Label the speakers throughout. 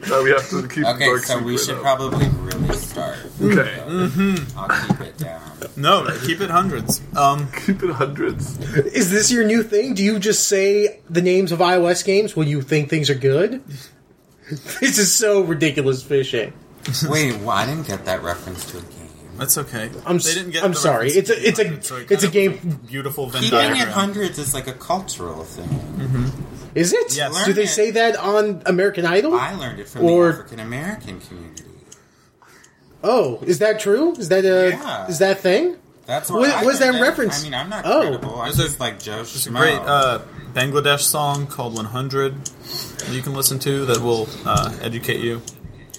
Speaker 1: that we have to keep.
Speaker 2: Okay,
Speaker 1: the dark
Speaker 2: so we
Speaker 1: secret
Speaker 2: should
Speaker 1: up.
Speaker 2: probably really start. Mm-hmm.
Speaker 1: Okay.
Speaker 2: I'll keep it down.
Speaker 3: No, keep it hundreds. Um,
Speaker 1: keep it hundreds.
Speaker 4: Is this your new thing? Do you just say the names of iOS games when you think things are good? this is so ridiculous fishing.
Speaker 2: Wait, well, I didn't get that reference to a game.
Speaker 3: that's okay.
Speaker 4: I'm s- I'm
Speaker 3: the
Speaker 4: sorry.
Speaker 3: reference.
Speaker 4: It's a- it's a-
Speaker 3: kind
Speaker 4: it's a
Speaker 3: of
Speaker 4: game-
Speaker 3: Beautiful Venn
Speaker 2: Keeping it
Speaker 3: diagram.
Speaker 2: hundreds is like a cultural thing.
Speaker 4: Is it?
Speaker 3: Yes.
Speaker 4: Do they say that on American Idol?
Speaker 2: I learned it from
Speaker 4: Or-
Speaker 2: the African American community.
Speaker 4: Oh, is that true? Is that a
Speaker 2: Yeah.
Speaker 4: is that a thing?
Speaker 2: That's where
Speaker 4: What-
Speaker 2: I
Speaker 4: what's that
Speaker 2: learned it.
Speaker 4: reference?
Speaker 2: I mean, I'm not
Speaker 4: Oh.
Speaker 2: credible. I'm
Speaker 3: There's a-
Speaker 2: just like Joe
Speaker 3: It's a
Speaker 2: Schmo.
Speaker 3: great uh, Bangladesh song called 100 that you can listen to that will uh, educate you.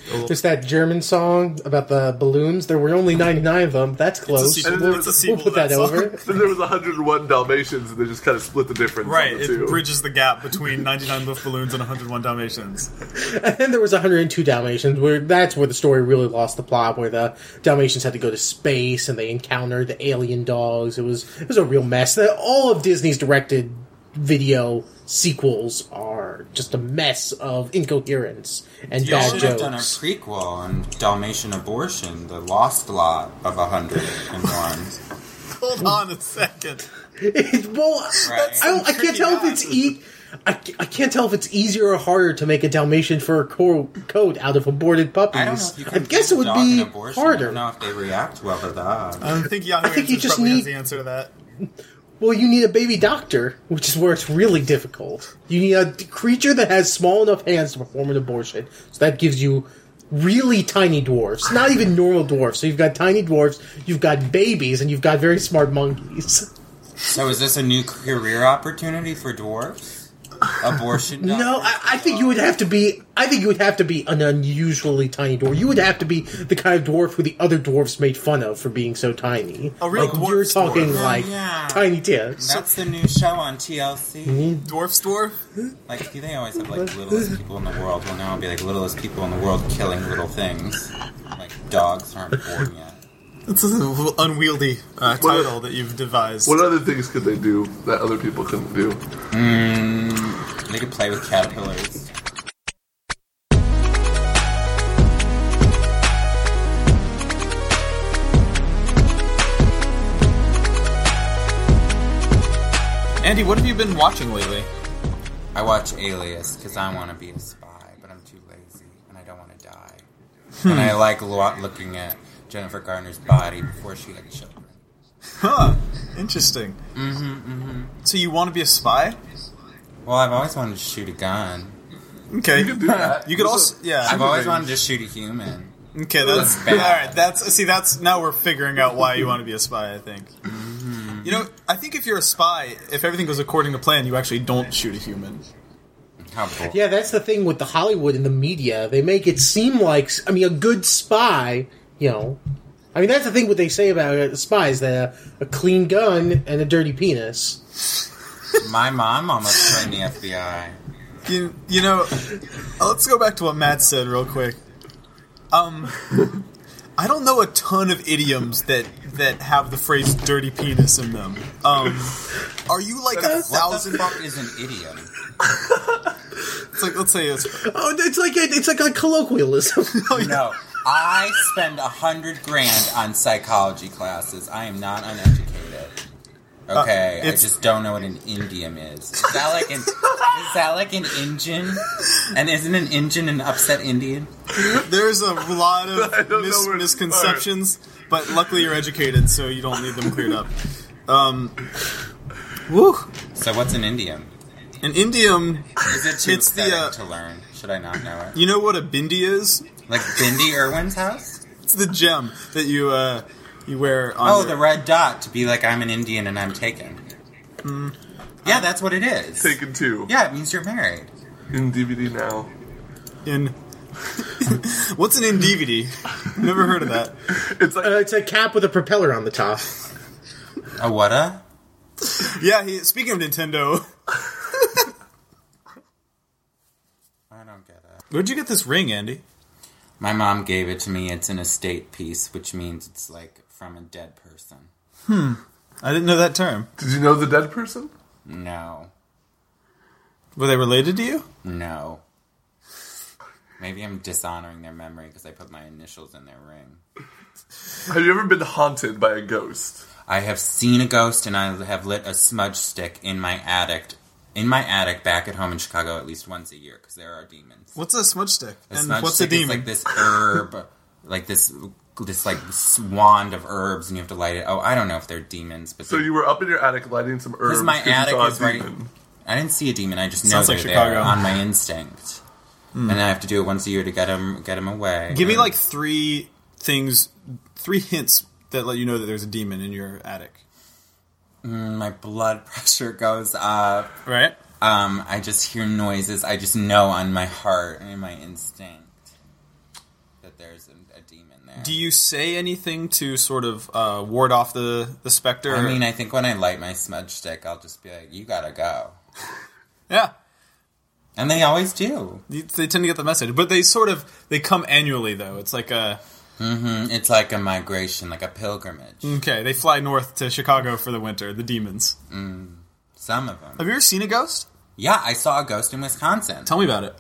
Speaker 4: It's that German song about the balloons. There were only ninety nine of them. That's close.
Speaker 3: sequel-
Speaker 4: we'll,
Speaker 3: it's a
Speaker 4: we'll
Speaker 3: sequel
Speaker 4: put
Speaker 3: to that
Speaker 4: that,
Speaker 3: song.
Speaker 4: over.
Speaker 1: Then there was 101 Dalmatians, and they just kind of split the difference. on
Speaker 3: Right,
Speaker 1: the
Speaker 3: it
Speaker 1: two.
Speaker 3: bridges the gap between 99 Buff Balloons and 101 Dalmatians.
Speaker 4: And then there was 102 Dalmatians, where that's where the story really lost the plot, where the Dalmatians had to go to space and they encountered the alien dogs. It was it was a real mess. The, all of Disney's directed video sequels are just a mess of incoherence and
Speaker 2: Y'all
Speaker 4: bad
Speaker 2: should have done a
Speaker 4: jokes.
Speaker 2: prequel on Dalmatian abortion, the lost lot of 101.
Speaker 3: Hold on a second.
Speaker 4: well,
Speaker 2: Right.
Speaker 4: I, don't, I can't tell if it's e- I, ca- I can't tell if it's easier or harder to make a Dalmatian fur co- coat out of aborted puppies.
Speaker 2: I don't know if you can
Speaker 4: guess
Speaker 2: give a
Speaker 4: it would
Speaker 2: dog an
Speaker 4: be
Speaker 2: abortion. I
Speaker 4: harder.
Speaker 2: don't know if they react well to that.
Speaker 3: I don't think Yahoo
Speaker 4: I think you
Speaker 3: Answers
Speaker 4: just
Speaker 3: probably has
Speaker 4: need-
Speaker 3: the answer to that.
Speaker 4: Well, you need a baby doctor, which is where it's really difficult. You need a d- creature that has small enough hands to perform an abortion. So that gives you really tiny dwarfs, not even normal dwarfs. So you've got tiny dwarfs, you've got babies, and you've got very smart monkeys.
Speaker 2: So is this a new career opportunity for dwarves? Abortion?
Speaker 4: No, I, I think you would have to be. I think you would have to be an unusually tiny dwarf. You would have to be the kind of dwarf who the other dwarfs made fun of for being so tiny.
Speaker 3: A real
Speaker 4: like
Speaker 3: dwarf
Speaker 4: you're
Speaker 3: dwarf.
Speaker 4: talking
Speaker 2: Oh,
Speaker 4: like
Speaker 2: yeah.
Speaker 4: tiny tips.
Speaker 2: That's the new show on TLC.
Speaker 4: Mm-hmm.
Speaker 3: Dwarf's Dwarf?
Speaker 2: Like they always have like littlest people in the world. Well, now it'll be like littlest people in the world killing little things. Like dogs aren't born yet.
Speaker 3: It's an unwieldy uh,
Speaker 1: What-
Speaker 3: title that you've devised.
Speaker 1: What other things could they do that other people couldn't do?
Speaker 2: They could play with caterpillars.
Speaker 3: Andy, what have you been watching lately?
Speaker 2: I watch Alias because I want to be a spy, but I'm too lazy and I don't want to die. And
Speaker 4: Hmm.
Speaker 2: I like lo- looking at Jennifer Garner's body before she had children.
Speaker 3: Huh. Interesting. Mm-hmm, So you want to be a spy?
Speaker 2: Well, I've always wanted to shoot a gun.
Speaker 3: Okay.
Speaker 1: You could do that.
Speaker 3: You could
Speaker 1: There's
Speaker 3: also,
Speaker 1: a-
Speaker 3: yeah.
Speaker 2: I've always wanted to shoot a human.
Speaker 3: Okay, that's
Speaker 2: That's
Speaker 3: all
Speaker 2: bad.
Speaker 3: right. That's see, that's now we're figuring out why you want to be a spy. I think.
Speaker 1: Mm-hmm.
Speaker 3: You know, I think if you're a spy, if everything goes according to plan, you actually don't shoot a human.
Speaker 2: How bull-
Speaker 4: Yeah, that's the thing with the Hollywood and the media. They make it seem like I mean a good spy, you know. I mean that's the thing what they say about uh, spies that uh, a clean gun and a dirty penis.
Speaker 2: My mom almost joined the FBI.
Speaker 3: You, you know, uh, let's go back to what Matt said real quick. Um, I don't know a ton of idioms that that have the phrase "dirty penis" in them. Um, are you like a
Speaker 2: What the
Speaker 3: thousand?
Speaker 2: fuck is an idiom?
Speaker 3: It's like let's say it's
Speaker 4: Oh, it's like a, it's like a colloquialism.
Speaker 2: No, I spend a hundred grand on psychology classes. I am not uneducated. Okay, I
Speaker 3: it's-
Speaker 2: just don't know what an indium is. Is that like an is that like an engine? And isn't an engine an upset Indian?
Speaker 3: There's a lot
Speaker 1: I
Speaker 3: of
Speaker 1: don't know
Speaker 3: mis-
Speaker 1: where to
Speaker 3: misconceptions, but luckily you're educated, so you don't need them cleared up. Um,
Speaker 4: Uh,
Speaker 3: woo.
Speaker 2: So what's an indium?
Speaker 3: An indium.
Speaker 2: Is it too
Speaker 3: It's the,
Speaker 2: upsetting
Speaker 3: uh,
Speaker 2: to learn? Should I not know it?
Speaker 3: You know what a bindi is?
Speaker 2: Like Bindi Irwin's house?
Speaker 3: It's the gem that you uh, you wear on.
Speaker 2: Oh,
Speaker 3: your-
Speaker 2: the red dot to be like I'm an Indian and I'm taken. Yeah, that's what it is.
Speaker 1: Taken two
Speaker 2: Yeah, it means you're married.
Speaker 1: in DVD now.
Speaker 3: in. What's an indivity? Never heard of that.
Speaker 1: It's like
Speaker 4: uh, it's a cap with a propeller on the top.
Speaker 2: A what a?
Speaker 3: Yeah. He, speaking of Nintendo,
Speaker 2: I don't get it.
Speaker 3: where'd you get this ring, Andy?
Speaker 2: My mom gave it to me. It's an estate piece, which means it's like from a dead person.
Speaker 3: I didn't know that term.
Speaker 1: Did you know the dead person?
Speaker 2: No,
Speaker 3: Were they related to you?
Speaker 2: no. Maybe I'm dishonoring their memory because I put my initials in their ring.
Speaker 1: Have you ever been haunted by a ghost?
Speaker 2: I have seen a ghost and I have lit a smudge stick in my attic, in my attic back at home in Chicago at least once a year because there are demons.
Speaker 3: What's a smudge stick?
Speaker 2: A
Speaker 3: and
Speaker 2: smudge
Speaker 3: what's a
Speaker 2: stick Is
Speaker 3: demon?
Speaker 2: like this herb, like this, this like wand of herbs, and you have to light it. Oh, I don't know if they're demons, but
Speaker 1: So
Speaker 2: they're-
Speaker 1: you were up in your attic lighting some herbs.
Speaker 2: my
Speaker 1: 'cause you
Speaker 2: attic
Speaker 1: saw a
Speaker 2: is right-
Speaker 1: demon.
Speaker 2: I didn't see a demon. I just know
Speaker 3: Sounds
Speaker 2: they're
Speaker 3: like
Speaker 2: there
Speaker 3: Chicago. Hmm.
Speaker 2: on my instinct, and I have to do it once a year to get them get them away.
Speaker 3: Give me
Speaker 2: And-
Speaker 3: like three things, three hints that let you know that there's a demon in your attic.
Speaker 2: Mm, my blood pressure goes up.
Speaker 3: Right?
Speaker 2: Um, I just hear noises. I just know on my heart and in my instinct that there's a, a demon there.
Speaker 3: Do you say anything to sort of uh, ward off the the specter?
Speaker 2: I mean, I think when I light my smudge stick, I'll just be like, "You gotta go,"
Speaker 3: yeah,
Speaker 2: and they always do.
Speaker 3: You- they tend to get the message, but they sort of they come annually though. It's like uh, a
Speaker 2: Mm, It's like a migration, like a pilgrimage.
Speaker 3: okay, they fly north to Chicago for the winter. The demons.
Speaker 2: Some of them.
Speaker 3: Have you ever seen a ghost?
Speaker 2: Yeah, I saw a ghost in Wisconsin.
Speaker 3: Tell me about it.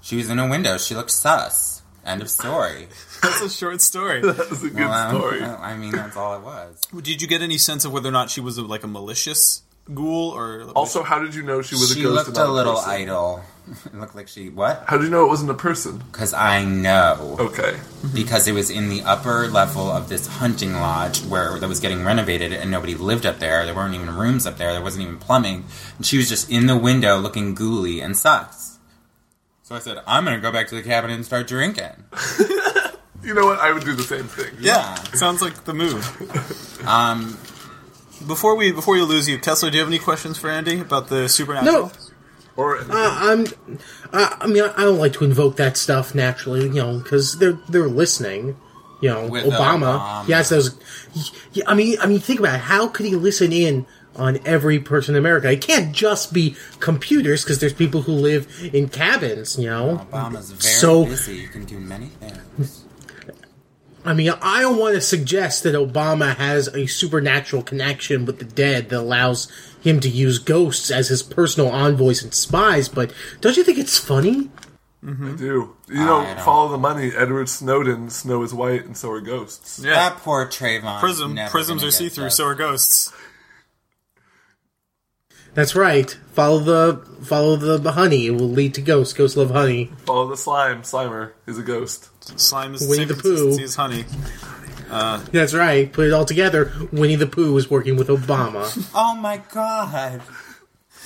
Speaker 2: She was in a window. She looked sus. End of story.
Speaker 3: That's a short story.
Speaker 1: That's a good
Speaker 2: Well, I don't-
Speaker 1: story.
Speaker 2: I mean, that's all it was.
Speaker 3: Did you get any sense of whether or not she was a, like a malicious ghoul or
Speaker 1: Also, how did you know she was
Speaker 2: she
Speaker 1: a ghost?
Speaker 2: looked
Speaker 1: and
Speaker 2: a
Speaker 1: not a
Speaker 2: little
Speaker 1: person?
Speaker 2: idle. it looked like she what?
Speaker 1: How did you know it wasn't a person?
Speaker 2: Because I know.
Speaker 1: Okay.
Speaker 2: because it was in the upper level of this hunting lodge where that was getting renovated and nobody lived up there. There weren't even rooms up there. There wasn't even plumbing. And she was just in the window looking ghouly and sus. So I said, I'm going to go back to the cabin and start drinking.
Speaker 1: You know what? I would do the same thing.
Speaker 3: Yeah,
Speaker 2: Yeah.
Speaker 3: sounds like the move.
Speaker 2: Um,
Speaker 3: Before we before you lose you, Kessler, do you have any questions for Andy about the supernatural?
Speaker 4: No.
Speaker 1: Or
Speaker 2: Uh,
Speaker 4: I'm, I, I mean, I don't like to invoke that stuff naturally, you know, because they're they're listening, you know,
Speaker 2: With uh,
Speaker 4: Obama.
Speaker 2: Obama.
Speaker 4: Yes, those. y- I mean, I mean, think about it. how could he listen in on every person in America? It can't just be computers because there's people who live in cabins, you know.
Speaker 2: Obama's very
Speaker 4: So-
Speaker 2: busy. You can do many things.
Speaker 4: I mean, I don't want to suggest that Obama has a supernatural connection with the dead that allows him to use ghosts as his personal envoys and spies, but don't you think it's funny?
Speaker 1: I do. You know,
Speaker 2: I don't-
Speaker 1: follow the money. Edward Snowden. Snow is white, and so are ghosts.
Speaker 3: Yeah.
Speaker 2: That poor Trayvon.
Speaker 3: Prism prisms are see through, so are ghosts.
Speaker 4: That's right. Follow the follow the honey. It will lead to ghosts. Ghosts love honey.
Speaker 1: Follow the slime. Slimer is a ghost.
Speaker 3: Slime is the
Speaker 4: Winnie
Speaker 3: same
Speaker 4: the Pooh.
Speaker 3: consistency as honey.
Speaker 4: That's right. Put it all together. Winnie the Pooh is working with Obama.
Speaker 2: Oh my god.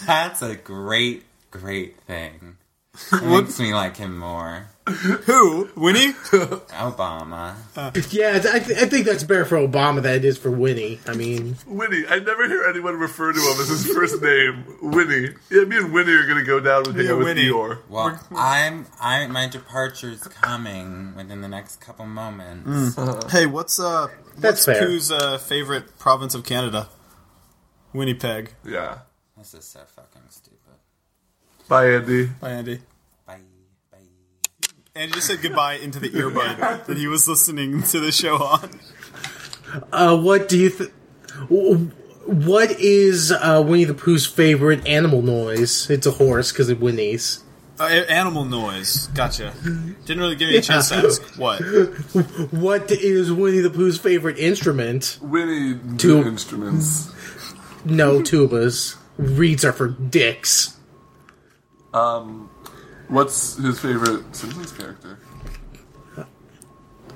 Speaker 2: That's a great, great thing. It makes me like him more.
Speaker 3: Who? Winnie?
Speaker 2: Obama.
Speaker 4: yeah, I, th- I think that's better for Obama than it is for Winnie. I mean,
Speaker 1: Winnie. I never hear anyone refer to him as his first name. Winnie. Yeah, me and Winnie are gonna go down and hang
Speaker 3: Yeah,
Speaker 1: out with
Speaker 3: Winnie.
Speaker 1: Eeyore.
Speaker 2: Well, I'm I my departure's coming within the next couple moments.
Speaker 3: hey, what's uh
Speaker 4: That's
Speaker 3: what's
Speaker 4: fair.
Speaker 3: Pooh's uh, favorite province of Canada? Winnipeg.
Speaker 1: Yeah.
Speaker 2: This is so fucking stupid.
Speaker 1: Bye, Andy.
Speaker 3: Bye, Andy.
Speaker 2: Bye, bye.
Speaker 3: Andy just said goodbye into the earbud that he was listening to the show on.
Speaker 4: uh, what do you th- w- What is uh, Winnie the Pooh's favorite animal noise? It's a horse because it whinnies.
Speaker 3: Uh, a- animal noise. Gotcha. Didn't really give me a chance to ask what.
Speaker 4: What is Winnie the Pooh's favorite instrument?
Speaker 1: Winnie.
Speaker 4: Two-
Speaker 1: Two instruments.
Speaker 4: No tubas. Reeds are for dicks.
Speaker 1: What's his favorite Simpsons character?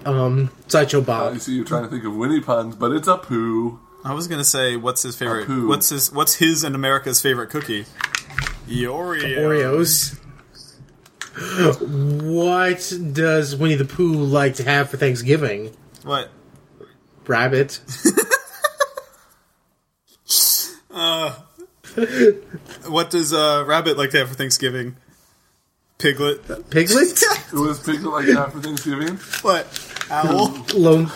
Speaker 4: Um, Sideshow
Speaker 1: I
Speaker 4: Bob.
Speaker 1: see you trying to think of Winnie puns, but it's a poo.
Speaker 3: I was gonna say, what's his favorite?
Speaker 1: Apu.
Speaker 3: What's his? What's his and America's favorite cookie? The Oreo.
Speaker 4: Oreos. What does Winnie the Pooh like to have for Thanksgiving?
Speaker 3: What?
Speaker 4: Rabbit.
Speaker 3: What does uh, rabbit like to have for Thanksgiving? Piglet.
Speaker 4: Piglet?
Speaker 1: It was picked like that for Thanksgiving.
Speaker 3: What? Owl.
Speaker 4: Lone.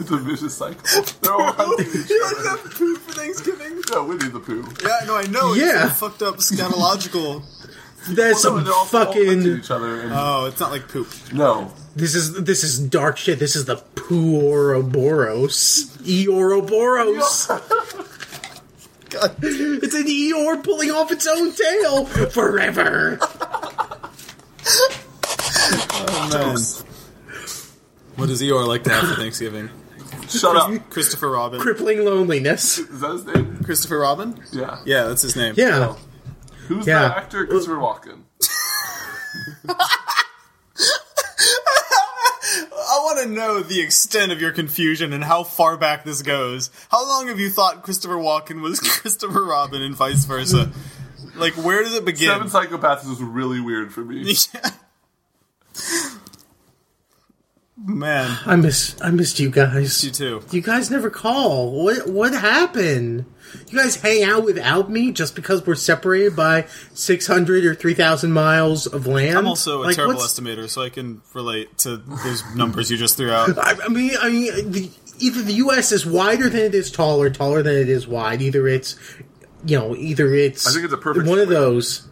Speaker 1: It's a vicious cycle. They're all hunting each other.
Speaker 3: have food for Thanksgiving?
Speaker 1: Yeah, Winnie the Pooh.
Speaker 3: Yeah, no, I know. Yeah. It's
Speaker 4: Yeah.
Speaker 3: some fucked up scatological.
Speaker 4: That's
Speaker 1: Well, no,
Speaker 4: some
Speaker 1: they're all- all hunting
Speaker 4: fucking.
Speaker 1: each other. And,
Speaker 3: oh, it's not like poop.
Speaker 1: no,
Speaker 4: This is this is dark shit. This is the Pooh Ouroboros. Eoroboros.
Speaker 3: God.
Speaker 4: It's an Eeyore pulling off its own tail forever.
Speaker 3: man. What does Eeyore like to have for Thanksgiving?
Speaker 1: Shut up.
Speaker 3: Christopher Robin.
Speaker 4: crippling loneliness.
Speaker 1: Is that his name?
Speaker 3: Christopher Robin?
Speaker 1: Yeah.
Speaker 3: Yeah, that's his name.
Speaker 4: Yeah.
Speaker 1: Who's
Speaker 4: Yeah.
Speaker 1: the actor? Christopher Walken.
Speaker 3: I want to know the extent of your confusion and how far back this goes. How long have you thought Christopher Walken was Christopher Robin and vice versa? Like, where does it begin?
Speaker 1: Seven Psychopaths is really weird for me.
Speaker 3: Oh, Man,
Speaker 4: I miss I missed you guys.
Speaker 3: you too.
Speaker 4: You guys never call. What what happened? You guys hang out without me just because we're separated by six hundred or three thousand miles of land.
Speaker 3: I'm also a terrible
Speaker 4: what's-
Speaker 3: estimator, so I can relate to those numbers you just threw out.
Speaker 4: I, I mean, I mean, the, either the U.S. is wider than it is tall, or taller than it is wide. Either it's, you know, either it's.
Speaker 1: I think it's a perfect
Speaker 4: one of
Speaker 1: square.
Speaker 4: those.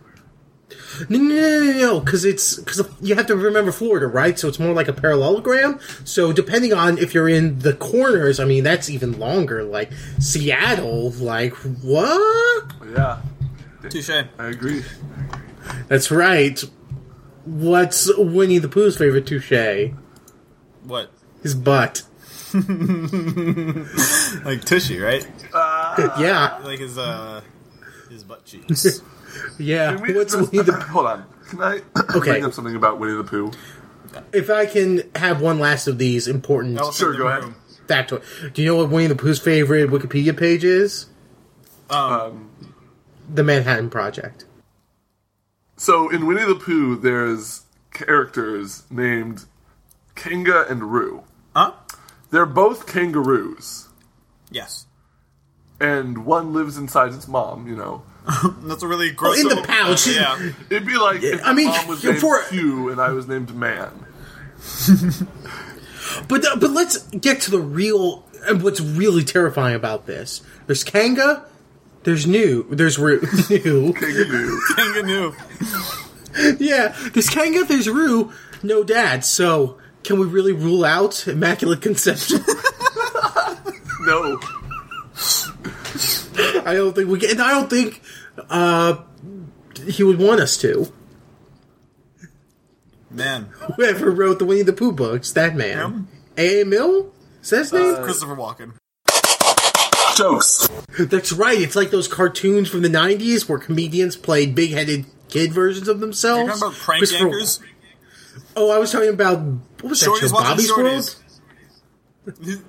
Speaker 4: No, no, no, no, no, because it's because you have to remember Florida, right? So it's more like a parallelogram. So depending on if you're in the corners, I mean, that's even longer. Like Seattle, like what?
Speaker 1: Yeah,
Speaker 3: Touche.
Speaker 1: I agree.
Speaker 4: That's right. What's Winnie the Pooh's favorite touche?
Speaker 3: What?
Speaker 4: His butt.
Speaker 3: Like Tushy, right?
Speaker 4: yeah,
Speaker 3: Like his uh, his butt cheeks.
Speaker 4: yeah.
Speaker 1: Can we
Speaker 4: What's
Speaker 1: just-
Speaker 4: Winnie the
Speaker 1: Hold on. Can I
Speaker 4: Okay.
Speaker 1: bring up something about Winnie the Pooh?
Speaker 4: If I can have one last of these important
Speaker 3: Elephant
Speaker 1: Sure,
Speaker 3: in
Speaker 1: go
Speaker 3: the
Speaker 1: ahead.
Speaker 3: room.
Speaker 4: factoid, do you know what Winnie the Pooh's favorite Wikipedia page is?
Speaker 1: Um,
Speaker 4: The Manhattan Project.
Speaker 1: so in Winnie the Pooh, there's characters named Kanga and Roo.
Speaker 3: Huh?
Speaker 1: They're both kangaroos,
Speaker 3: Yes.
Speaker 1: and one lives inside its mom. You know,
Speaker 3: That's a really gross.
Speaker 4: Oh, in the pouch.
Speaker 3: Yeah.
Speaker 1: it'd be like if
Speaker 4: I
Speaker 1: I
Speaker 4: mean,
Speaker 1: mom was
Speaker 4: you're
Speaker 1: named
Speaker 4: for-
Speaker 1: Hugh and I was named Man.
Speaker 4: But uh, but let's get to the real and what's really terrifying about this. There's Kanga. There's new. There's Roo. new.
Speaker 1: Kangaroo.
Speaker 3: Kangaroo.
Speaker 4: yeah. There's Kanga. There's Roo. No dad. So can we really rule out immaculate conception?
Speaker 1: no,
Speaker 4: I don't think we can. And I don't think uh, he would want us to.
Speaker 3: Man.
Speaker 4: Whoever wrote the Winnie the Pooh books, that man. A. Mill? Is that his name?
Speaker 3: Christopher Walken.
Speaker 1: jokes.
Speaker 3: Uh,
Speaker 4: That's right. It's like those cartoons from the 90s where comedians played big headed kid versions of themselves.
Speaker 3: Remember prank
Speaker 4: Christopher-
Speaker 3: yankers?
Speaker 4: Oh, I was talking about. What was that
Speaker 3: Shorties
Speaker 4: show?
Speaker 3: watching
Speaker 4: Bobby's
Speaker 3: shorties.
Speaker 4: World?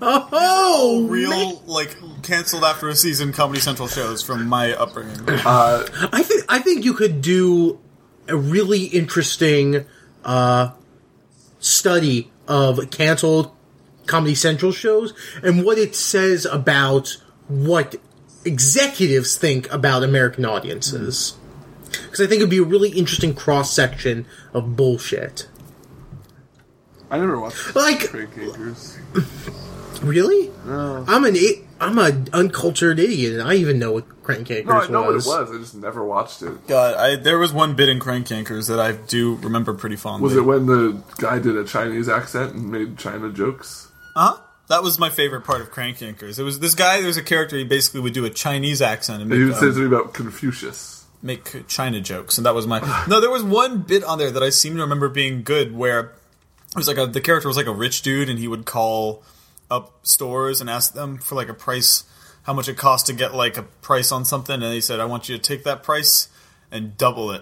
Speaker 4: Oh! man.
Speaker 3: Real, like, canceled after a season Comedy Central shows from my upbringing.
Speaker 4: I think, I think you could do a really interesting uh, study of canceled Comedy Central shows and what it says about what executives think about American audiences. Because I think it'd be a really interesting cross section of bullshit.
Speaker 1: I never watched
Speaker 4: Like,
Speaker 1: Craig Kangaroos.
Speaker 4: really?
Speaker 1: Oh.
Speaker 4: I'm an i- I'm an uncultured idiot, and I even know what crank cakers
Speaker 1: No, I know what it
Speaker 4: was.
Speaker 1: was. I just never watched it.
Speaker 3: God, I, there was one bit in Crank Yankers that I do remember pretty fondly.
Speaker 1: Was it when the guy did a Chinese accent and made China jokes?
Speaker 3: Huh? That was my favorite part of Crank Yankers. It was this guy. There was a character. He basically would do a Chinese accent and
Speaker 1: He would
Speaker 3: make,
Speaker 1: say
Speaker 3: um,
Speaker 1: something about Confucius.
Speaker 3: make China jokes, and that was my. No, there was one bit on there that I seem to remember being good, where it was like a, the character was like a rich dude, and he would call up stores and ask them for like a price, how much it cost to get like a price on something, and they said, "I want you to take that price and double it,"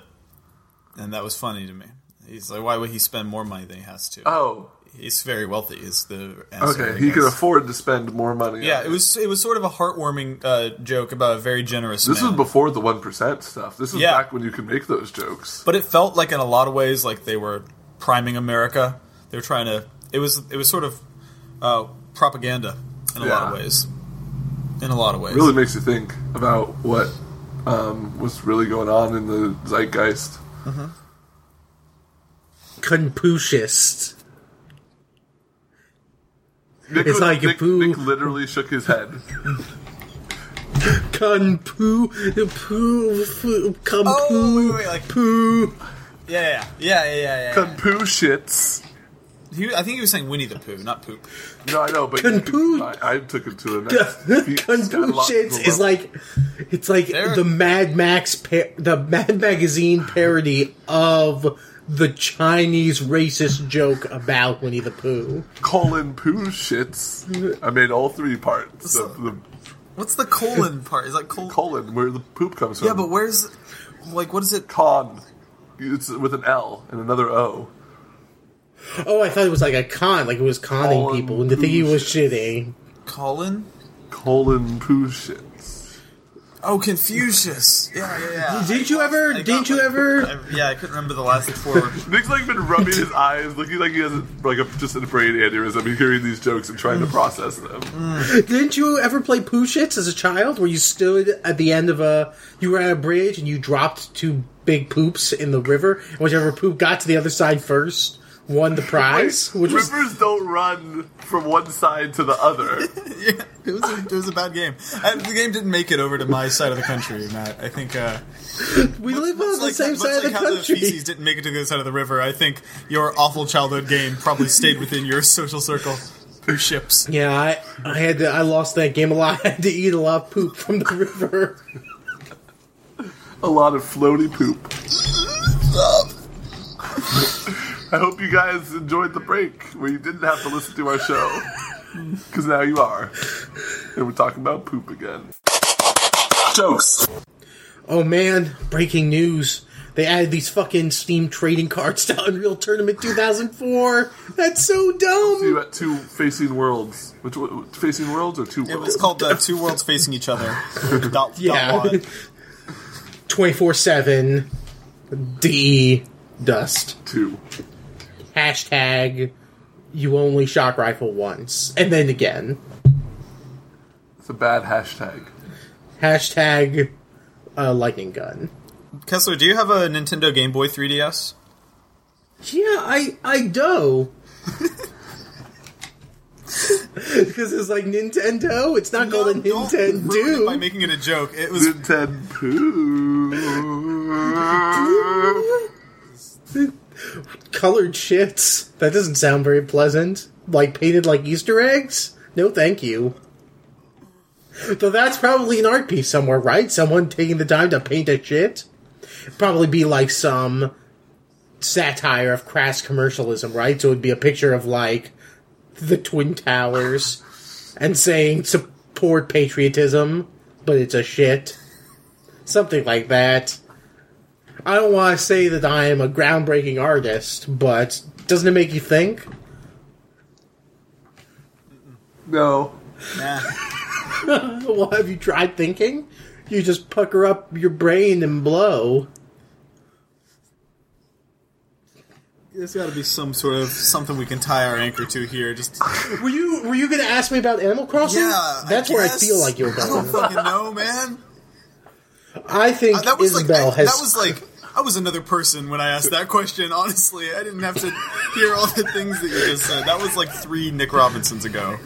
Speaker 3: and that was funny to me. He's like, why would he spend more money than he has to?
Speaker 1: Oh,
Speaker 3: He's very wealthy. Is the answer,
Speaker 1: okay.
Speaker 3: I
Speaker 1: He could
Speaker 3: guess.
Speaker 1: afford to spend more money.
Speaker 3: Yeah,
Speaker 1: on
Speaker 3: it was it was sort of a heartwarming uh, joke about a very generous.
Speaker 1: This
Speaker 3: man.
Speaker 1: was before the one percent stuff. This was
Speaker 3: Yeah.
Speaker 1: back when you could make those jokes.
Speaker 3: but it felt like in a lot of ways like they were priming America. They were trying to. It was it was sort of uh, propaganda in a lot of
Speaker 1: Yeah.
Speaker 3: ways. In a lot of ways,
Speaker 1: Really makes you think about what um, was really going on in the zeitgeist.
Speaker 4: Confucius.
Speaker 1: Nick,
Speaker 4: It's
Speaker 1: was-
Speaker 4: like a
Speaker 1: Nick,
Speaker 4: poo.
Speaker 1: Nick literally shook his head.
Speaker 4: Kun poo, poo, poo, cum
Speaker 3: Oh, wait,
Speaker 4: poo,
Speaker 3: wait, wait, like-
Speaker 4: poo.
Speaker 3: yeah, yeah, yeah, yeah, yeah. yeah,
Speaker 1: Con poo shits.
Speaker 3: yeah. He, I think he was saying Winnie the Pooh, not poop.
Speaker 1: No, I know, but
Speaker 4: Con poo-
Speaker 1: I, I took it to the next.
Speaker 4: Confucius
Speaker 1: scatological level.
Speaker 4: is like it's like
Speaker 3: There-
Speaker 4: the Mad Max pa- the Mad Magazine parody of the Chinese racist joke about Winnie the Pooh.
Speaker 1: Colin Pooh shits. I made all three parts of the
Speaker 3: What's the colon part? Is that colon?
Speaker 1: colon where the poop comes from.
Speaker 3: yeah, but where's like what is it?
Speaker 1: con. It's with an L and another O.
Speaker 4: Oh, I thought it was like a con, like it was conning
Speaker 1: Colin
Speaker 4: people into thinking it was
Speaker 1: Pooh.
Speaker 4: shitty.
Speaker 3: Colon?
Speaker 1: Colin Pooh shits.
Speaker 3: Oh, Confucius. Yeah, yeah, yeah.
Speaker 4: Didn't you ever?
Speaker 3: I got,
Speaker 4: Didn't you
Speaker 3: like,
Speaker 4: ever?
Speaker 3: I- yeah, I couldn't remember the last four.
Speaker 1: Nick's like been rubbing his eyes, looking like he has like a, just a brain aneurysm. He's hearing these jokes and trying to process them.
Speaker 4: Didn't you ever play poo shits as a child, where you stood at the end of a, you were at a bridge and you dropped two big poops in the river, and whichever poop got to the other side first won the prize, which was
Speaker 1: Rivers don't run from one side to the other.
Speaker 3: yeah, it was a, it was a bad game. And the game didn't make it over to my side of the country, Matt. I think uh,
Speaker 4: we live on
Speaker 3: much
Speaker 4: the same
Speaker 3: much
Speaker 4: side of the
Speaker 3: like how
Speaker 4: country.
Speaker 3: The feces didn't make it to the other side of the river. I think your awful childhood game probably stayed within your social circle. Your ships.
Speaker 4: yeah, I, I had to, I lost that game a lot. I had to eat a lot of poop from the river.
Speaker 1: A lot of floaty poop. I hope you guys enjoyed the break where you didn't have to listen to our show. Because now you are. And we're talking about poop again. Jokes.
Speaker 4: Oh man, breaking news. They added these fucking Steam trading cards to Unreal Tournament 2004. That's so dumb.
Speaker 1: You at two facing worlds. Which wo- facing worlds or two
Speaker 3: It
Speaker 1: worlds?
Speaker 3: was called uh, Two Worlds Facing Each Other. Dot- dot
Speaker 4: Yeah.
Speaker 3: wad.
Speaker 4: 24 7 DE dust.
Speaker 1: two.
Speaker 4: Hashtag you only shock rifle once. And then again.
Speaker 1: It's a bad hashtag.
Speaker 4: Hashtag uh, lightning gun.
Speaker 3: Kessler, do you have a Nintendo Game Boy 3DS?
Speaker 4: Yeah, I I do. Because it's like Nintendo. It's not called a
Speaker 3: Don't ruin it By
Speaker 4: Nintendo.
Speaker 3: making it a joke, it was
Speaker 1: Nintendo poo.
Speaker 4: Colored shits. That doesn't sound very pleasant. Like painted like Easter eggs. No, thank you. Though that's probably an art piece somewhere, right? Someone taking the time to paint a shit. Probably be like some satire of crass commercialism, right? So it'd be a picture of like the Twin Towers and saying support patriotism, but it's a shit. Something like that. I don't want to say that I am a groundbreaking artist, but doesn't it make you think?
Speaker 1: No.
Speaker 3: Nah.
Speaker 4: Well, have you tried thinking? You just pucker up your brain and blow.
Speaker 3: There's got to be some sort of something we can tie our anchor to here. Just
Speaker 4: Were you were you going to ask me about Animal Crossing?
Speaker 3: yeah,
Speaker 4: that's where
Speaker 3: guess.
Speaker 4: I feel like you were
Speaker 3: I don't
Speaker 4: going.
Speaker 3: fucking know, man.
Speaker 4: I think
Speaker 3: Uh, that was
Speaker 4: Isabel
Speaker 3: like I,
Speaker 4: has
Speaker 3: that was like I was another person when I asked that question. Honestly, I didn't have to hear all the things that you just said. That was like three Nick Robinsons ago.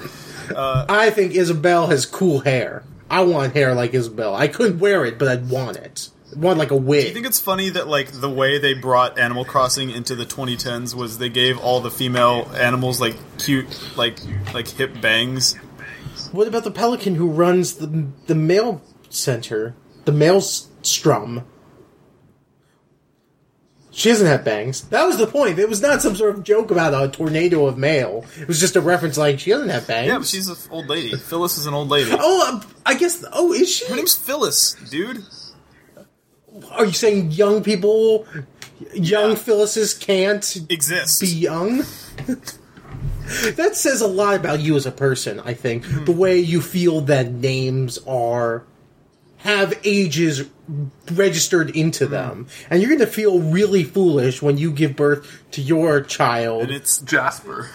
Speaker 4: I think Isabel has cool hair. I want hair like Isabel. I couldn't wear it, but I'd want it. I want like a
Speaker 3: I
Speaker 4: wig.
Speaker 3: think it's funny that like the way they brought Animal Crossing into the 2010s was they gave all the female animals like cute, like like hip bangs.
Speaker 4: what about the pelican who runs the the mail center, the mail s- strum? She doesn't have bangs. That was the point. It was not some sort of joke about a tornado of mail. It was just a reference like she doesn't have bangs.
Speaker 3: Yeah, but she's an old lady. Phyllis is an old lady. Her
Speaker 4: oh, um, I guess. Oh, is she?
Speaker 3: name's Phyllis, dude.
Speaker 4: Are you saying young people, young Phyllises can't
Speaker 3: Exists.
Speaker 4: be young. that says a lot about you as a person, I think.
Speaker 1: Hmm.
Speaker 4: The way you feel that names are have ages registered into
Speaker 1: Hmm.
Speaker 4: them. And you're going to feel really foolish when you give birth to your child.
Speaker 3: and it's
Speaker 1: Jasper.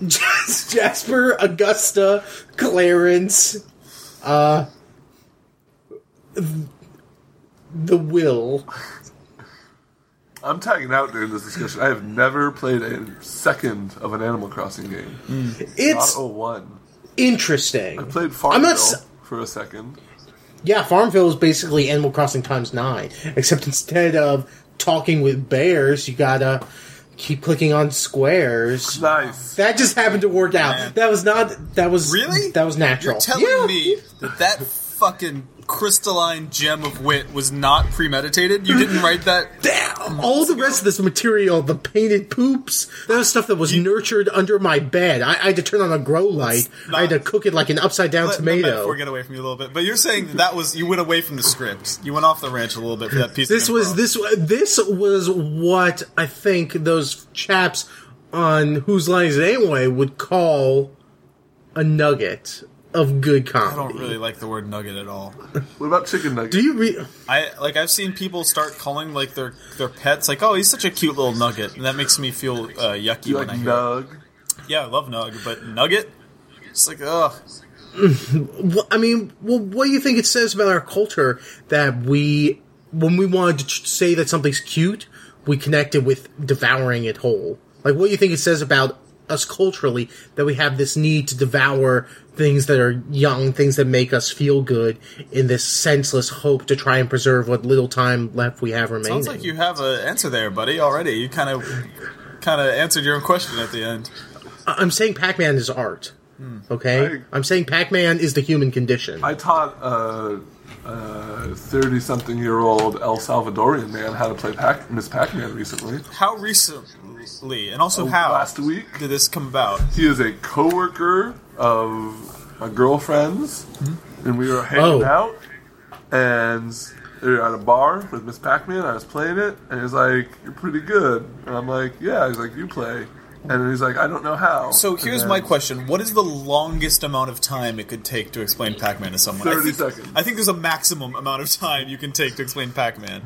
Speaker 4: Jas- Jasper, Augusta, Clarence, uh the will.
Speaker 1: I'm tagging out during this discussion. I have never played a second of an Animal Crossing game. Not
Speaker 4: It's
Speaker 1: a one.
Speaker 4: interesting.
Speaker 1: I played
Speaker 4: I'm
Speaker 1: Farmville
Speaker 4: not s-
Speaker 1: for a second.
Speaker 4: Yeah, Farmville is basically Animal Crossing times nine, except instead of talking with bears, you gotta keep clicking on squares.
Speaker 1: Nice.
Speaker 4: That just happened to work out.
Speaker 3: Man.
Speaker 4: That was not. That was
Speaker 3: Really?
Speaker 4: That was natural.
Speaker 3: you're telling
Speaker 4: Yeah.
Speaker 3: me that that fucking crystalline gem of wit was not premeditated. You didn't write that
Speaker 4: Damn. all the rest of this material, the painted poops, that was stuff that was nurtured under my bed. I, I had to turn on a grow light. I had to
Speaker 3: not-
Speaker 4: cook it like an upside down
Speaker 3: Let the
Speaker 4: tomato.
Speaker 3: metaphor get away from you a little bit, but you're saying that, that was you went away from the script. You went off the ranch a little bit for that piece.
Speaker 4: This
Speaker 3: of
Speaker 4: was
Speaker 3: improv.
Speaker 4: this this was what I think those chaps on Whose Line Is It Anyway would call a nugget of good
Speaker 3: I
Speaker 4: comedy.
Speaker 3: don't really like the word nugget at all.
Speaker 1: What about chicken nuggets?
Speaker 4: Do you re-
Speaker 3: I like I've seen people start calling like their their pets like, oh, he's such a cute little nugget, and that makes me feel uh, yucky
Speaker 1: You
Speaker 3: when
Speaker 1: like
Speaker 3: I hear.
Speaker 1: nug?
Speaker 3: it. Yeah, I love nug, but nugget. It's like, ugh.
Speaker 4: Well, I mean, well, what do you think it says about our culture that we, when we wanted to ch- say that something's cute, we connected with devouring it whole? Like, what do you think it says about us culturally that we have this need to devour things that are young, things that make us feel good, in this senseless hope to try and preserve what little time left we have remaining?
Speaker 3: Sounds like you have an answer there, buddy. Already, you kind of kind of answered your own question at the end.
Speaker 4: I- I'm saying Pac Man is art.
Speaker 3: Hmm.
Speaker 4: Okay?
Speaker 1: I-
Speaker 4: I'm saying Pac Man is the human condition.
Speaker 1: I taught a thirty-something-year-old El Salvadorian man how to play Pac- Miss Pac-Man recently.
Speaker 3: How recently, and also how
Speaker 1: Oh, last week?
Speaker 3: did this come about?
Speaker 1: He is a coworker of my girlfriend's, and we were hanging
Speaker 4: Oh.
Speaker 1: out, and we were at a bar with Miss Pac-Man. I was playing it, and he's like, "You're pretty good," and I'm like, "Yeah." He's like, "You play," and he's like, "I don't know how."
Speaker 3: So
Speaker 1: And
Speaker 3: here's
Speaker 1: then-
Speaker 3: my question: What is the longest amount of time it could take to explain Pac-Man to someone? I
Speaker 1: 30
Speaker 3: think-
Speaker 1: seconds.
Speaker 3: I think there's a maximum amount of time you can take to explain Pac-Man.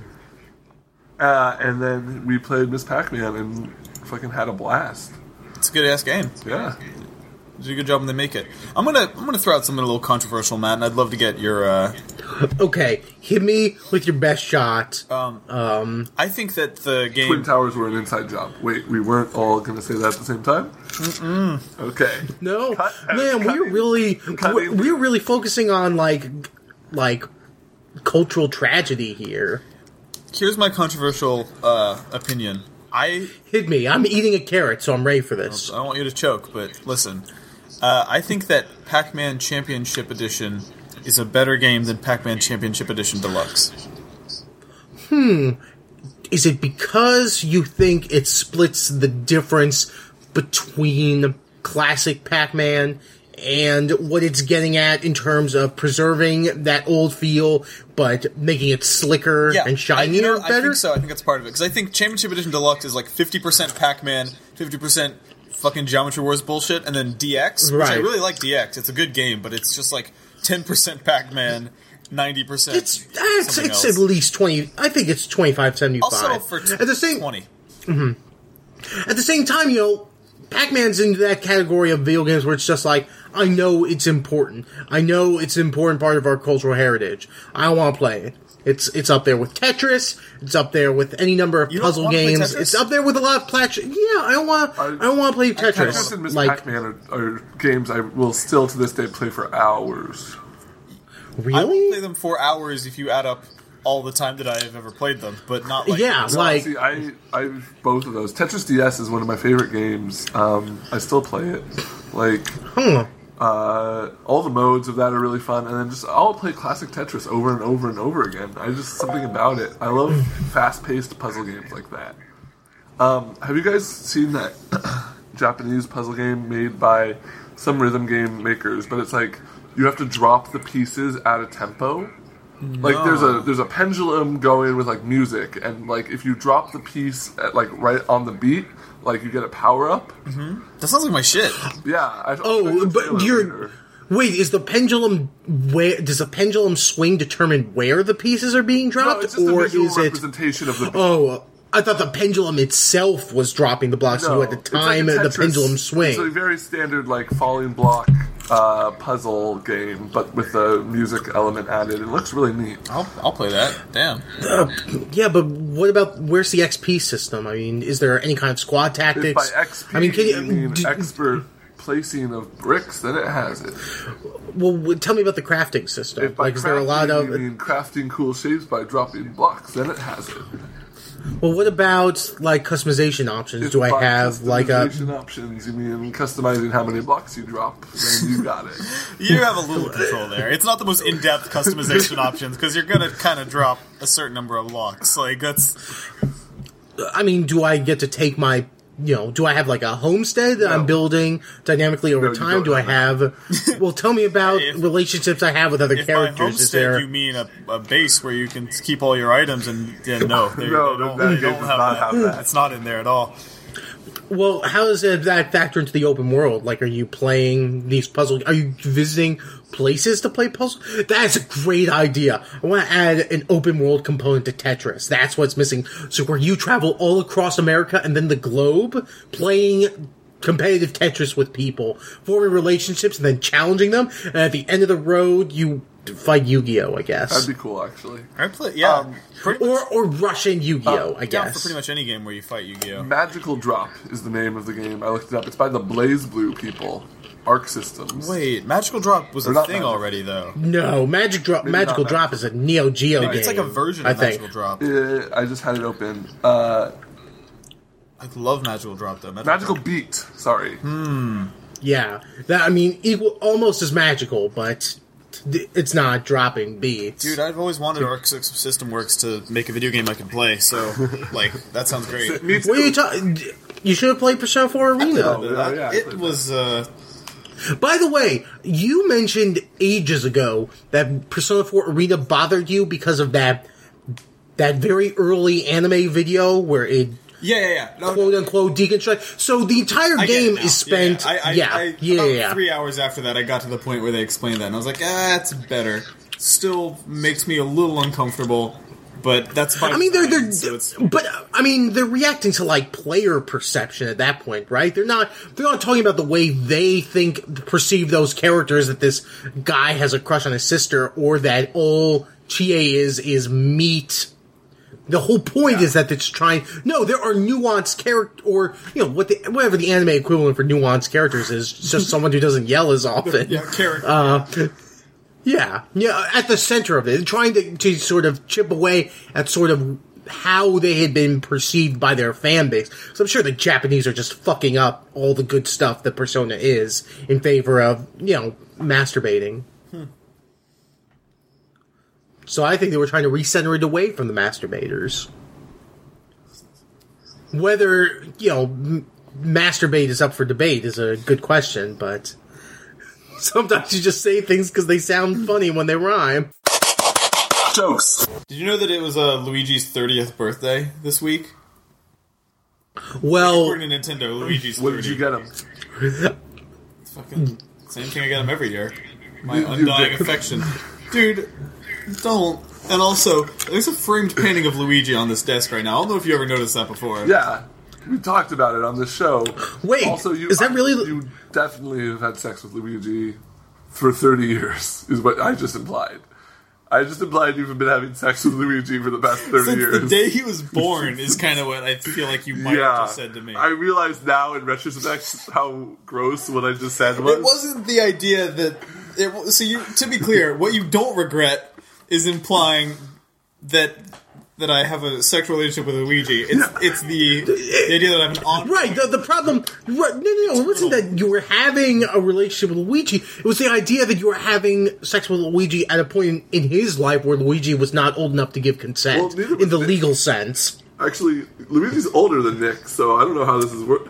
Speaker 1: Uh, and then we played Miss Pac-Man and fucking had a blast.
Speaker 3: It's a good ass game.
Speaker 1: Yeah.
Speaker 3: Did a good job when they make it. I'm gonna I'm gonna throw out something a little controversial, Matt, and I'd love to get your. Uh,
Speaker 4: okay, hit me with your best shot.
Speaker 3: I think that the game.
Speaker 1: Twin Towers were an inside job. Wait, we weren't all going to say that at the same time? Okay.
Speaker 4: No,
Speaker 1: Cut-
Speaker 3: uh,
Speaker 4: man,
Speaker 1: cut
Speaker 4: we're
Speaker 1: it.
Speaker 4: really
Speaker 1: Cut
Speaker 4: we're,
Speaker 1: it.
Speaker 4: we're really focusing on like like cultural tragedy here.
Speaker 3: Here's my controversial uh, opinion. I
Speaker 4: Hit me. I'm eating a carrot, so I'm ready for this.
Speaker 3: I don't want you to choke, but listen. Uh, I think that Pac-Man Championship Edition is a better game than Pac-Man Championship Edition Deluxe.
Speaker 4: Is it because you think it splits the difference between classic Pac-Man and what it's getting at in terms of preserving that old feel but making it slicker and
Speaker 3: I, you
Speaker 4: shinier
Speaker 3: know, I
Speaker 4: better?
Speaker 3: think so. I think that's part of it because I think Championship Edition Deluxe is like fifty percent Pac-Man, fifty percent fucking Geometry Wars bullshit, and then DX. Which I
Speaker 4: Right.
Speaker 3: really like DX. It's a good game, but it's just like ten percent Pac-Man, ninety percent.
Speaker 4: It's it's, it's at least twenty. I think it's twenty five seventy five.
Speaker 3: also for t-
Speaker 4: at the same
Speaker 3: twenty.
Speaker 4: at the same time, you know, Pac-Man's into that category of video games where it's just like, I know it's important. I know it's an important part of our cultural heritage. I want to play it. It's it's up there with Tetris. It's up there with any number of
Speaker 3: You don't
Speaker 4: puzzle
Speaker 3: wanna play
Speaker 4: games.
Speaker 3: Tetris?
Speaker 4: It's up there with a lot of plat. Yeah, I don't want. I,
Speaker 1: I-
Speaker 4: don't want to play
Speaker 1: Tetris and
Speaker 4: Tetris.
Speaker 1: Miss
Speaker 4: Like
Speaker 1: Pac-Man are, are games I will still to this day play for hours.
Speaker 3: I will play
Speaker 4: really?
Speaker 3: them for hours if you add up all the time that I have ever played them, but not like
Speaker 4: Yeah, like
Speaker 1: See, I I both of those. Tetris DS is one of my favorite games. Um, I still play it. Like
Speaker 4: huh.
Speaker 1: uh, all the modes of that are really fun, and then just I'll play classic Tetris over and over and over again. I just something about it. I love fast-paced puzzle games like that. Um, have you guys seen that Japanese puzzle game made by some rhythm game makers? But it's like you have to drop the pieces at a tempo. Like there's a there's a pendulum going with like music, and like if you drop the piece at like right on the beat, like you get a power up.
Speaker 3: that sounds like my shit.
Speaker 1: Yeah. I,
Speaker 4: Oh,
Speaker 1: Taylor
Speaker 4: but you're.
Speaker 1: later.
Speaker 4: Wait, is the pendulum where does the pendulum swing determine where the pieces are being
Speaker 1: No,
Speaker 4: dropped,
Speaker 1: it's just a
Speaker 4: or
Speaker 1: visual
Speaker 4: is it
Speaker 1: representation of the
Speaker 4: Oh, I thought the pendulum itself was dropping the blocks.
Speaker 1: No,
Speaker 4: so at the
Speaker 1: it's like a
Speaker 4: time the
Speaker 1: Tetris-
Speaker 4: pendulum swing.
Speaker 1: It's a very standard like falling block uh, puzzle game, but with the music element added. It looks really neat.
Speaker 3: I'll, I'll play that. Damn.
Speaker 4: yeah, but what about where's the XP system? I mean, is there any kind of squad
Speaker 1: If
Speaker 4: tactics?
Speaker 1: by XP
Speaker 4: I mean, can you,
Speaker 1: mean
Speaker 4: d-
Speaker 1: expert placing of bricks, then it has it.
Speaker 4: well, w- tell me about the crafting system.
Speaker 1: If by
Speaker 4: Like, is there a lot
Speaker 1: crafting
Speaker 4: of?
Speaker 1: you mean crafting cool shapes by dropping blocks, then it has it.
Speaker 4: Well, what about like customization options?
Speaker 1: If
Speaker 4: Do I
Speaker 1: by
Speaker 4: have like a?
Speaker 1: customization options? You mean customizing how many blocks you drop? Then you got it.
Speaker 3: You have a little control there. It's not the most in-depth customization options because you're gonna kind of drop a certain number of blocks. Like that's
Speaker 4: I mean, do I get to take my, you know, do I have like a homestead that I'm
Speaker 1: No.
Speaker 4: building dynamically over
Speaker 1: you
Speaker 4: time?
Speaker 1: don't
Speaker 4: Do I
Speaker 1: have
Speaker 4: have? well, tell me about
Speaker 3: If-
Speaker 4: relationships I have with other
Speaker 3: If by
Speaker 4: characters. Is there?
Speaker 3: homestead you mean a, a base where you can keep all your items and yeah, no, they,
Speaker 1: No,
Speaker 3: they don't,
Speaker 1: that
Speaker 3: they
Speaker 1: game
Speaker 3: don't
Speaker 1: does
Speaker 3: have,
Speaker 1: not
Speaker 3: that.
Speaker 1: have that.
Speaker 3: It's not in there at all.
Speaker 4: Well, how does that- that factor into the open world? Like, are you playing these puzzle? Are you visiting places to play puzzle? That's a great idea. I want to add an open world component to Tetris. That's what's missing. So where you travel all across America and then the globe, playing competitive Tetris with people, forming relationships, and then challenging them. And at the end of the road, you fight Yu-Gi-Oh. I guess,
Speaker 1: That'd be cool, actually.
Speaker 3: I play, yeah,
Speaker 1: Um,
Speaker 3: pretty
Speaker 4: or or Russian Yu-Gi-Oh. I
Speaker 3: I'm down Uh, for
Speaker 4: guess.
Speaker 3: pretty much any game where you fight Yu-Gi-Oh.
Speaker 1: Magical Drop is the name of the game. I looked it up. It's by the Blaze Blue people, Arc Systems.
Speaker 3: Wait, Magical Drop was a
Speaker 1: They're not
Speaker 3: thing
Speaker 1: magic.
Speaker 3: already though.
Speaker 4: No, Magic Drop.
Speaker 1: not
Speaker 4: Magical Drop is a Neo Geo game.
Speaker 3: It's like a version
Speaker 4: I
Speaker 3: of
Speaker 4: think.
Speaker 3: Magical Drop.
Speaker 1: Uh, I just had it open. Uh,
Speaker 3: I love Magical Drop though. Magical,
Speaker 1: Magical Beat. Sorry.
Speaker 4: Yeah, that I mean, equal almost as magical, but th- it's not dropping beats.
Speaker 3: Dude, I've always wanted Arc Sy- System Works to make a video game I can play. So, like, that sounds great. Uh,
Speaker 1: Me too.
Speaker 4: what are you talking? You should have played Persona Four Arena.
Speaker 1: yeah,
Speaker 3: That-
Speaker 1: yeah, I played
Speaker 3: it
Speaker 1: that.
Speaker 3: was. Uh,
Speaker 4: By the way, you mentioned ages ago that Persona Four Arena bothered you because of that that very early anime video where it
Speaker 3: yeah, yeah, yeah. No,
Speaker 4: quote unquote deconstruct. So the entire
Speaker 3: I get it
Speaker 4: game
Speaker 3: now.
Speaker 4: is spent.
Speaker 3: Yeah, I, I,
Speaker 4: Yeah,
Speaker 3: I,
Speaker 4: yeah,
Speaker 3: about
Speaker 4: yeah.
Speaker 3: Three hours after that, I got to the point where they explained that, and I was like, ah, that's better. Still makes me a little uncomfortable, but that's fine.
Speaker 4: I mean, they're they're,
Speaker 3: so it's,
Speaker 4: but uh, I mean, they're reacting to like player perception at that point, right? They're not they're not talking about the way they think perceive those characters that this guy has a crush on his sister or that all Chie is is meat. The whole point is that it's trying. No, there are nuanced character, or you know what the whatever the anime equivalent for nuanced characters is, it's just someone who doesn't yell as often.
Speaker 3: yeah, character.
Speaker 4: Uh, Yeah, yeah, at the center of it, trying to, to sort of chip away at sort of how they had been perceived by their fan base. So I'm sure the Japanese are just fucking up all the good stuff that Persona is in favor of, you know, masturbating. Hmm. So I think they were trying to recenter it away from the masturbators. Whether, you know, m- masturbate is up for debate is a good question, but sometimes you just say things because they sound funny when they rhyme.
Speaker 1: Jokes.
Speaker 3: Did you know that it was uh, Luigi's 30th birthday this week?
Speaker 4: Well,
Speaker 3: According to Nintendo, Luigi's 30.
Speaker 1: What did you get him?
Speaker 3: Fucking same thing I get him every year. My
Speaker 1: You- you
Speaker 3: undying
Speaker 1: did.
Speaker 3: affection. Dude, don't. And also, there's a framed painting of Luigi on this desk right now. I don't know if you ever noticed that before.
Speaker 1: Yeah. We talked about it on the show.
Speaker 4: Wait,
Speaker 1: also, you,
Speaker 4: is that really the-
Speaker 1: You definitely have had sex with Luigi for 30 years, is what I just implied. I just implied you've been having sex with Luigi for the past 30
Speaker 3: Since
Speaker 1: years.
Speaker 3: the day he was born is kind of what I feel like you might have
Speaker 1: yeah,
Speaker 3: just said to me.
Speaker 1: I realize now in retrospect how gross what I just said was.
Speaker 3: it wasn't the idea that. It, wa- so you, to be clear, what you don't regret is implying that that I have a sexual relationship with Luigi. It's it's the, the idea that I'm an on
Speaker 4: right. The, the problem, right, no, no, no. It wasn't that you were having a relationship with Luigi. It was the idea that you were having sex with Luigi at a point in, in his life where Luigi was not old enough to give
Speaker 1: Well,
Speaker 4: consent
Speaker 1: neither was
Speaker 4: in the
Speaker 1: Nick.
Speaker 4: legal sense.
Speaker 1: Actually, Luigi's older than Nick, so I don't know how this is work.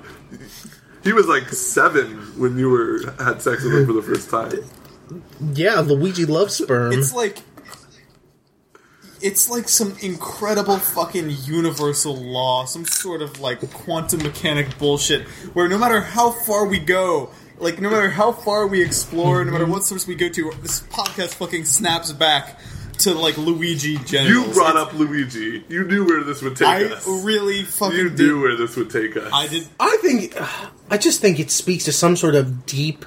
Speaker 1: He was like seven when you were had sex with him for the first time.
Speaker 4: Yeah, Luigi loves sperm.
Speaker 3: It's like it's like some incredible fucking universal law, some sort of like quantum mechanic bullshit where no matter how far we go, like no matter how far we explore, no matter what source we go to, this podcast fucking snaps back to like Luigi
Speaker 1: You
Speaker 3: genitals.
Speaker 1: brought
Speaker 3: It's-
Speaker 1: up Luigi. You knew where this would take
Speaker 3: I
Speaker 1: us.
Speaker 3: really fucking
Speaker 1: you
Speaker 3: did.
Speaker 1: knew where this would take us.
Speaker 3: I did
Speaker 4: I think, I just think it speaks to some sort of deep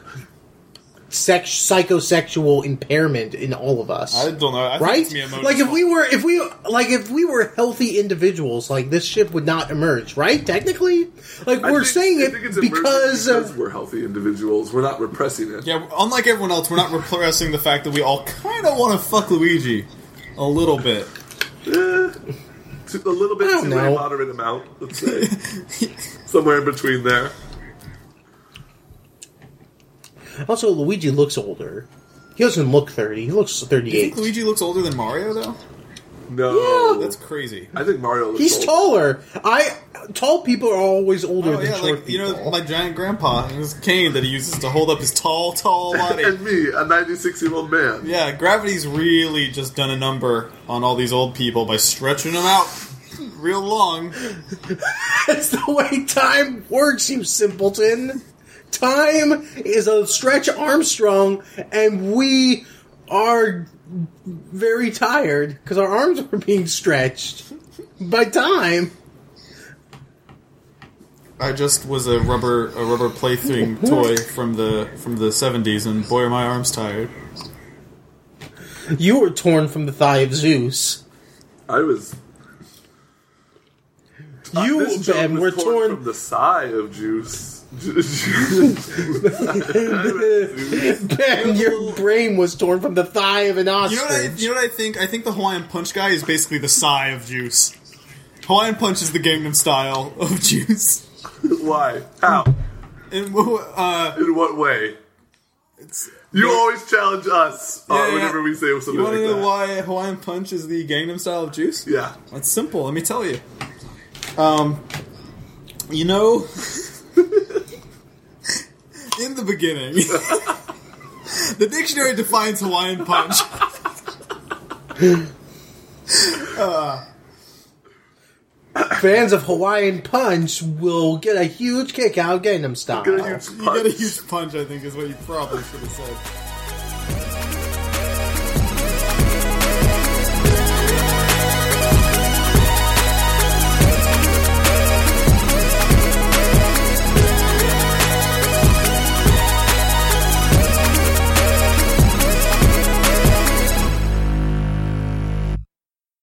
Speaker 4: sex psychosexual impairment in all of us.
Speaker 3: I don't know. I
Speaker 4: right?
Speaker 3: Think it's Miyamoto's
Speaker 4: Like if
Speaker 3: fault.
Speaker 4: we were, if we like if we were healthy individuals, like this ship would not emerge, right? Technically, like
Speaker 1: I
Speaker 4: we're
Speaker 1: think-
Speaker 4: saying
Speaker 1: I
Speaker 4: it
Speaker 1: think it's
Speaker 4: because,
Speaker 1: emergent
Speaker 4: of
Speaker 1: we're healthy individuals. We're not repressing it.
Speaker 3: Yeah, unlike everyone else, we're not repressing the fact that we all kind of want to fuck Luigi a little bit.
Speaker 1: It's Eh, A little bit
Speaker 4: I don't
Speaker 1: to a
Speaker 4: know.
Speaker 1: moderate amount, let's say. Somewhere in between there.
Speaker 4: also Luigi looks older. He doesn't look thirty. He looks
Speaker 3: Do you think
Speaker 4: thirty-eight.
Speaker 3: Luigi looks older than Mario though?
Speaker 1: No,
Speaker 4: Yeah.
Speaker 3: That's crazy.
Speaker 1: I think Mario. Looks
Speaker 4: He's
Speaker 1: old.
Speaker 4: taller. I tall people are always older
Speaker 3: Oh
Speaker 4: than
Speaker 3: yeah,
Speaker 4: short
Speaker 3: like you
Speaker 4: people.
Speaker 3: know, my giant grandpa and his cane that he uses to hold up his tall, tall body.
Speaker 1: and me, a 96 year old man.
Speaker 3: yeah, gravity's really just done a number on all these old people by stretching them out real long.
Speaker 4: That's the way time works, you simpleton. Time is a stretch Armstrong, and we are very tired because our arms are being stretched by time.
Speaker 3: I just was a rubber a rubber plaything toy from the from the seventies, and boy, are my arms tired.
Speaker 4: You were torn from the thigh of Zeus.
Speaker 1: I was.
Speaker 4: You,
Speaker 1: Uh, this joke
Speaker 4: Ben,
Speaker 1: was
Speaker 4: were
Speaker 1: torn
Speaker 4: torn.
Speaker 1: from the sigh of juice. Juice.
Speaker 4: ben, your brain was torn from the thigh of an
Speaker 3: You know what I,
Speaker 4: ostrich.
Speaker 3: you know what I think? I think the Hawaiian Punch guy is basically the sigh of juice. Hawaiian Punch is the Gangnam style of juice.
Speaker 1: Why? How?
Speaker 3: And uh,
Speaker 1: In what way?
Speaker 3: it's,
Speaker 1: You always challenge us uh,
Speaker 3: Yeah, yeah.
Speaker 1: whenever we say something
Speaker 3: you
Speaker 1: like
Speaker 3: want to know
Speaker 1: that.
Speaker 3: why Hawaiian Punch is the Gangnam style of juice?
Speaker 1: Yeah.
Speaker 3: That's simple. Let me tell you. Um, you know, in the beginning, the dictionary defines Hawaiian punch.
Speaker 4: Fans of Hawaiian Punch will get a huge kick out of Gangnam Style.
Speaker 1: Get a huge
Speaker 3: You get a
Speaker 1: punch.
Speaker 3: huge punch, I think, is what you probably should have said.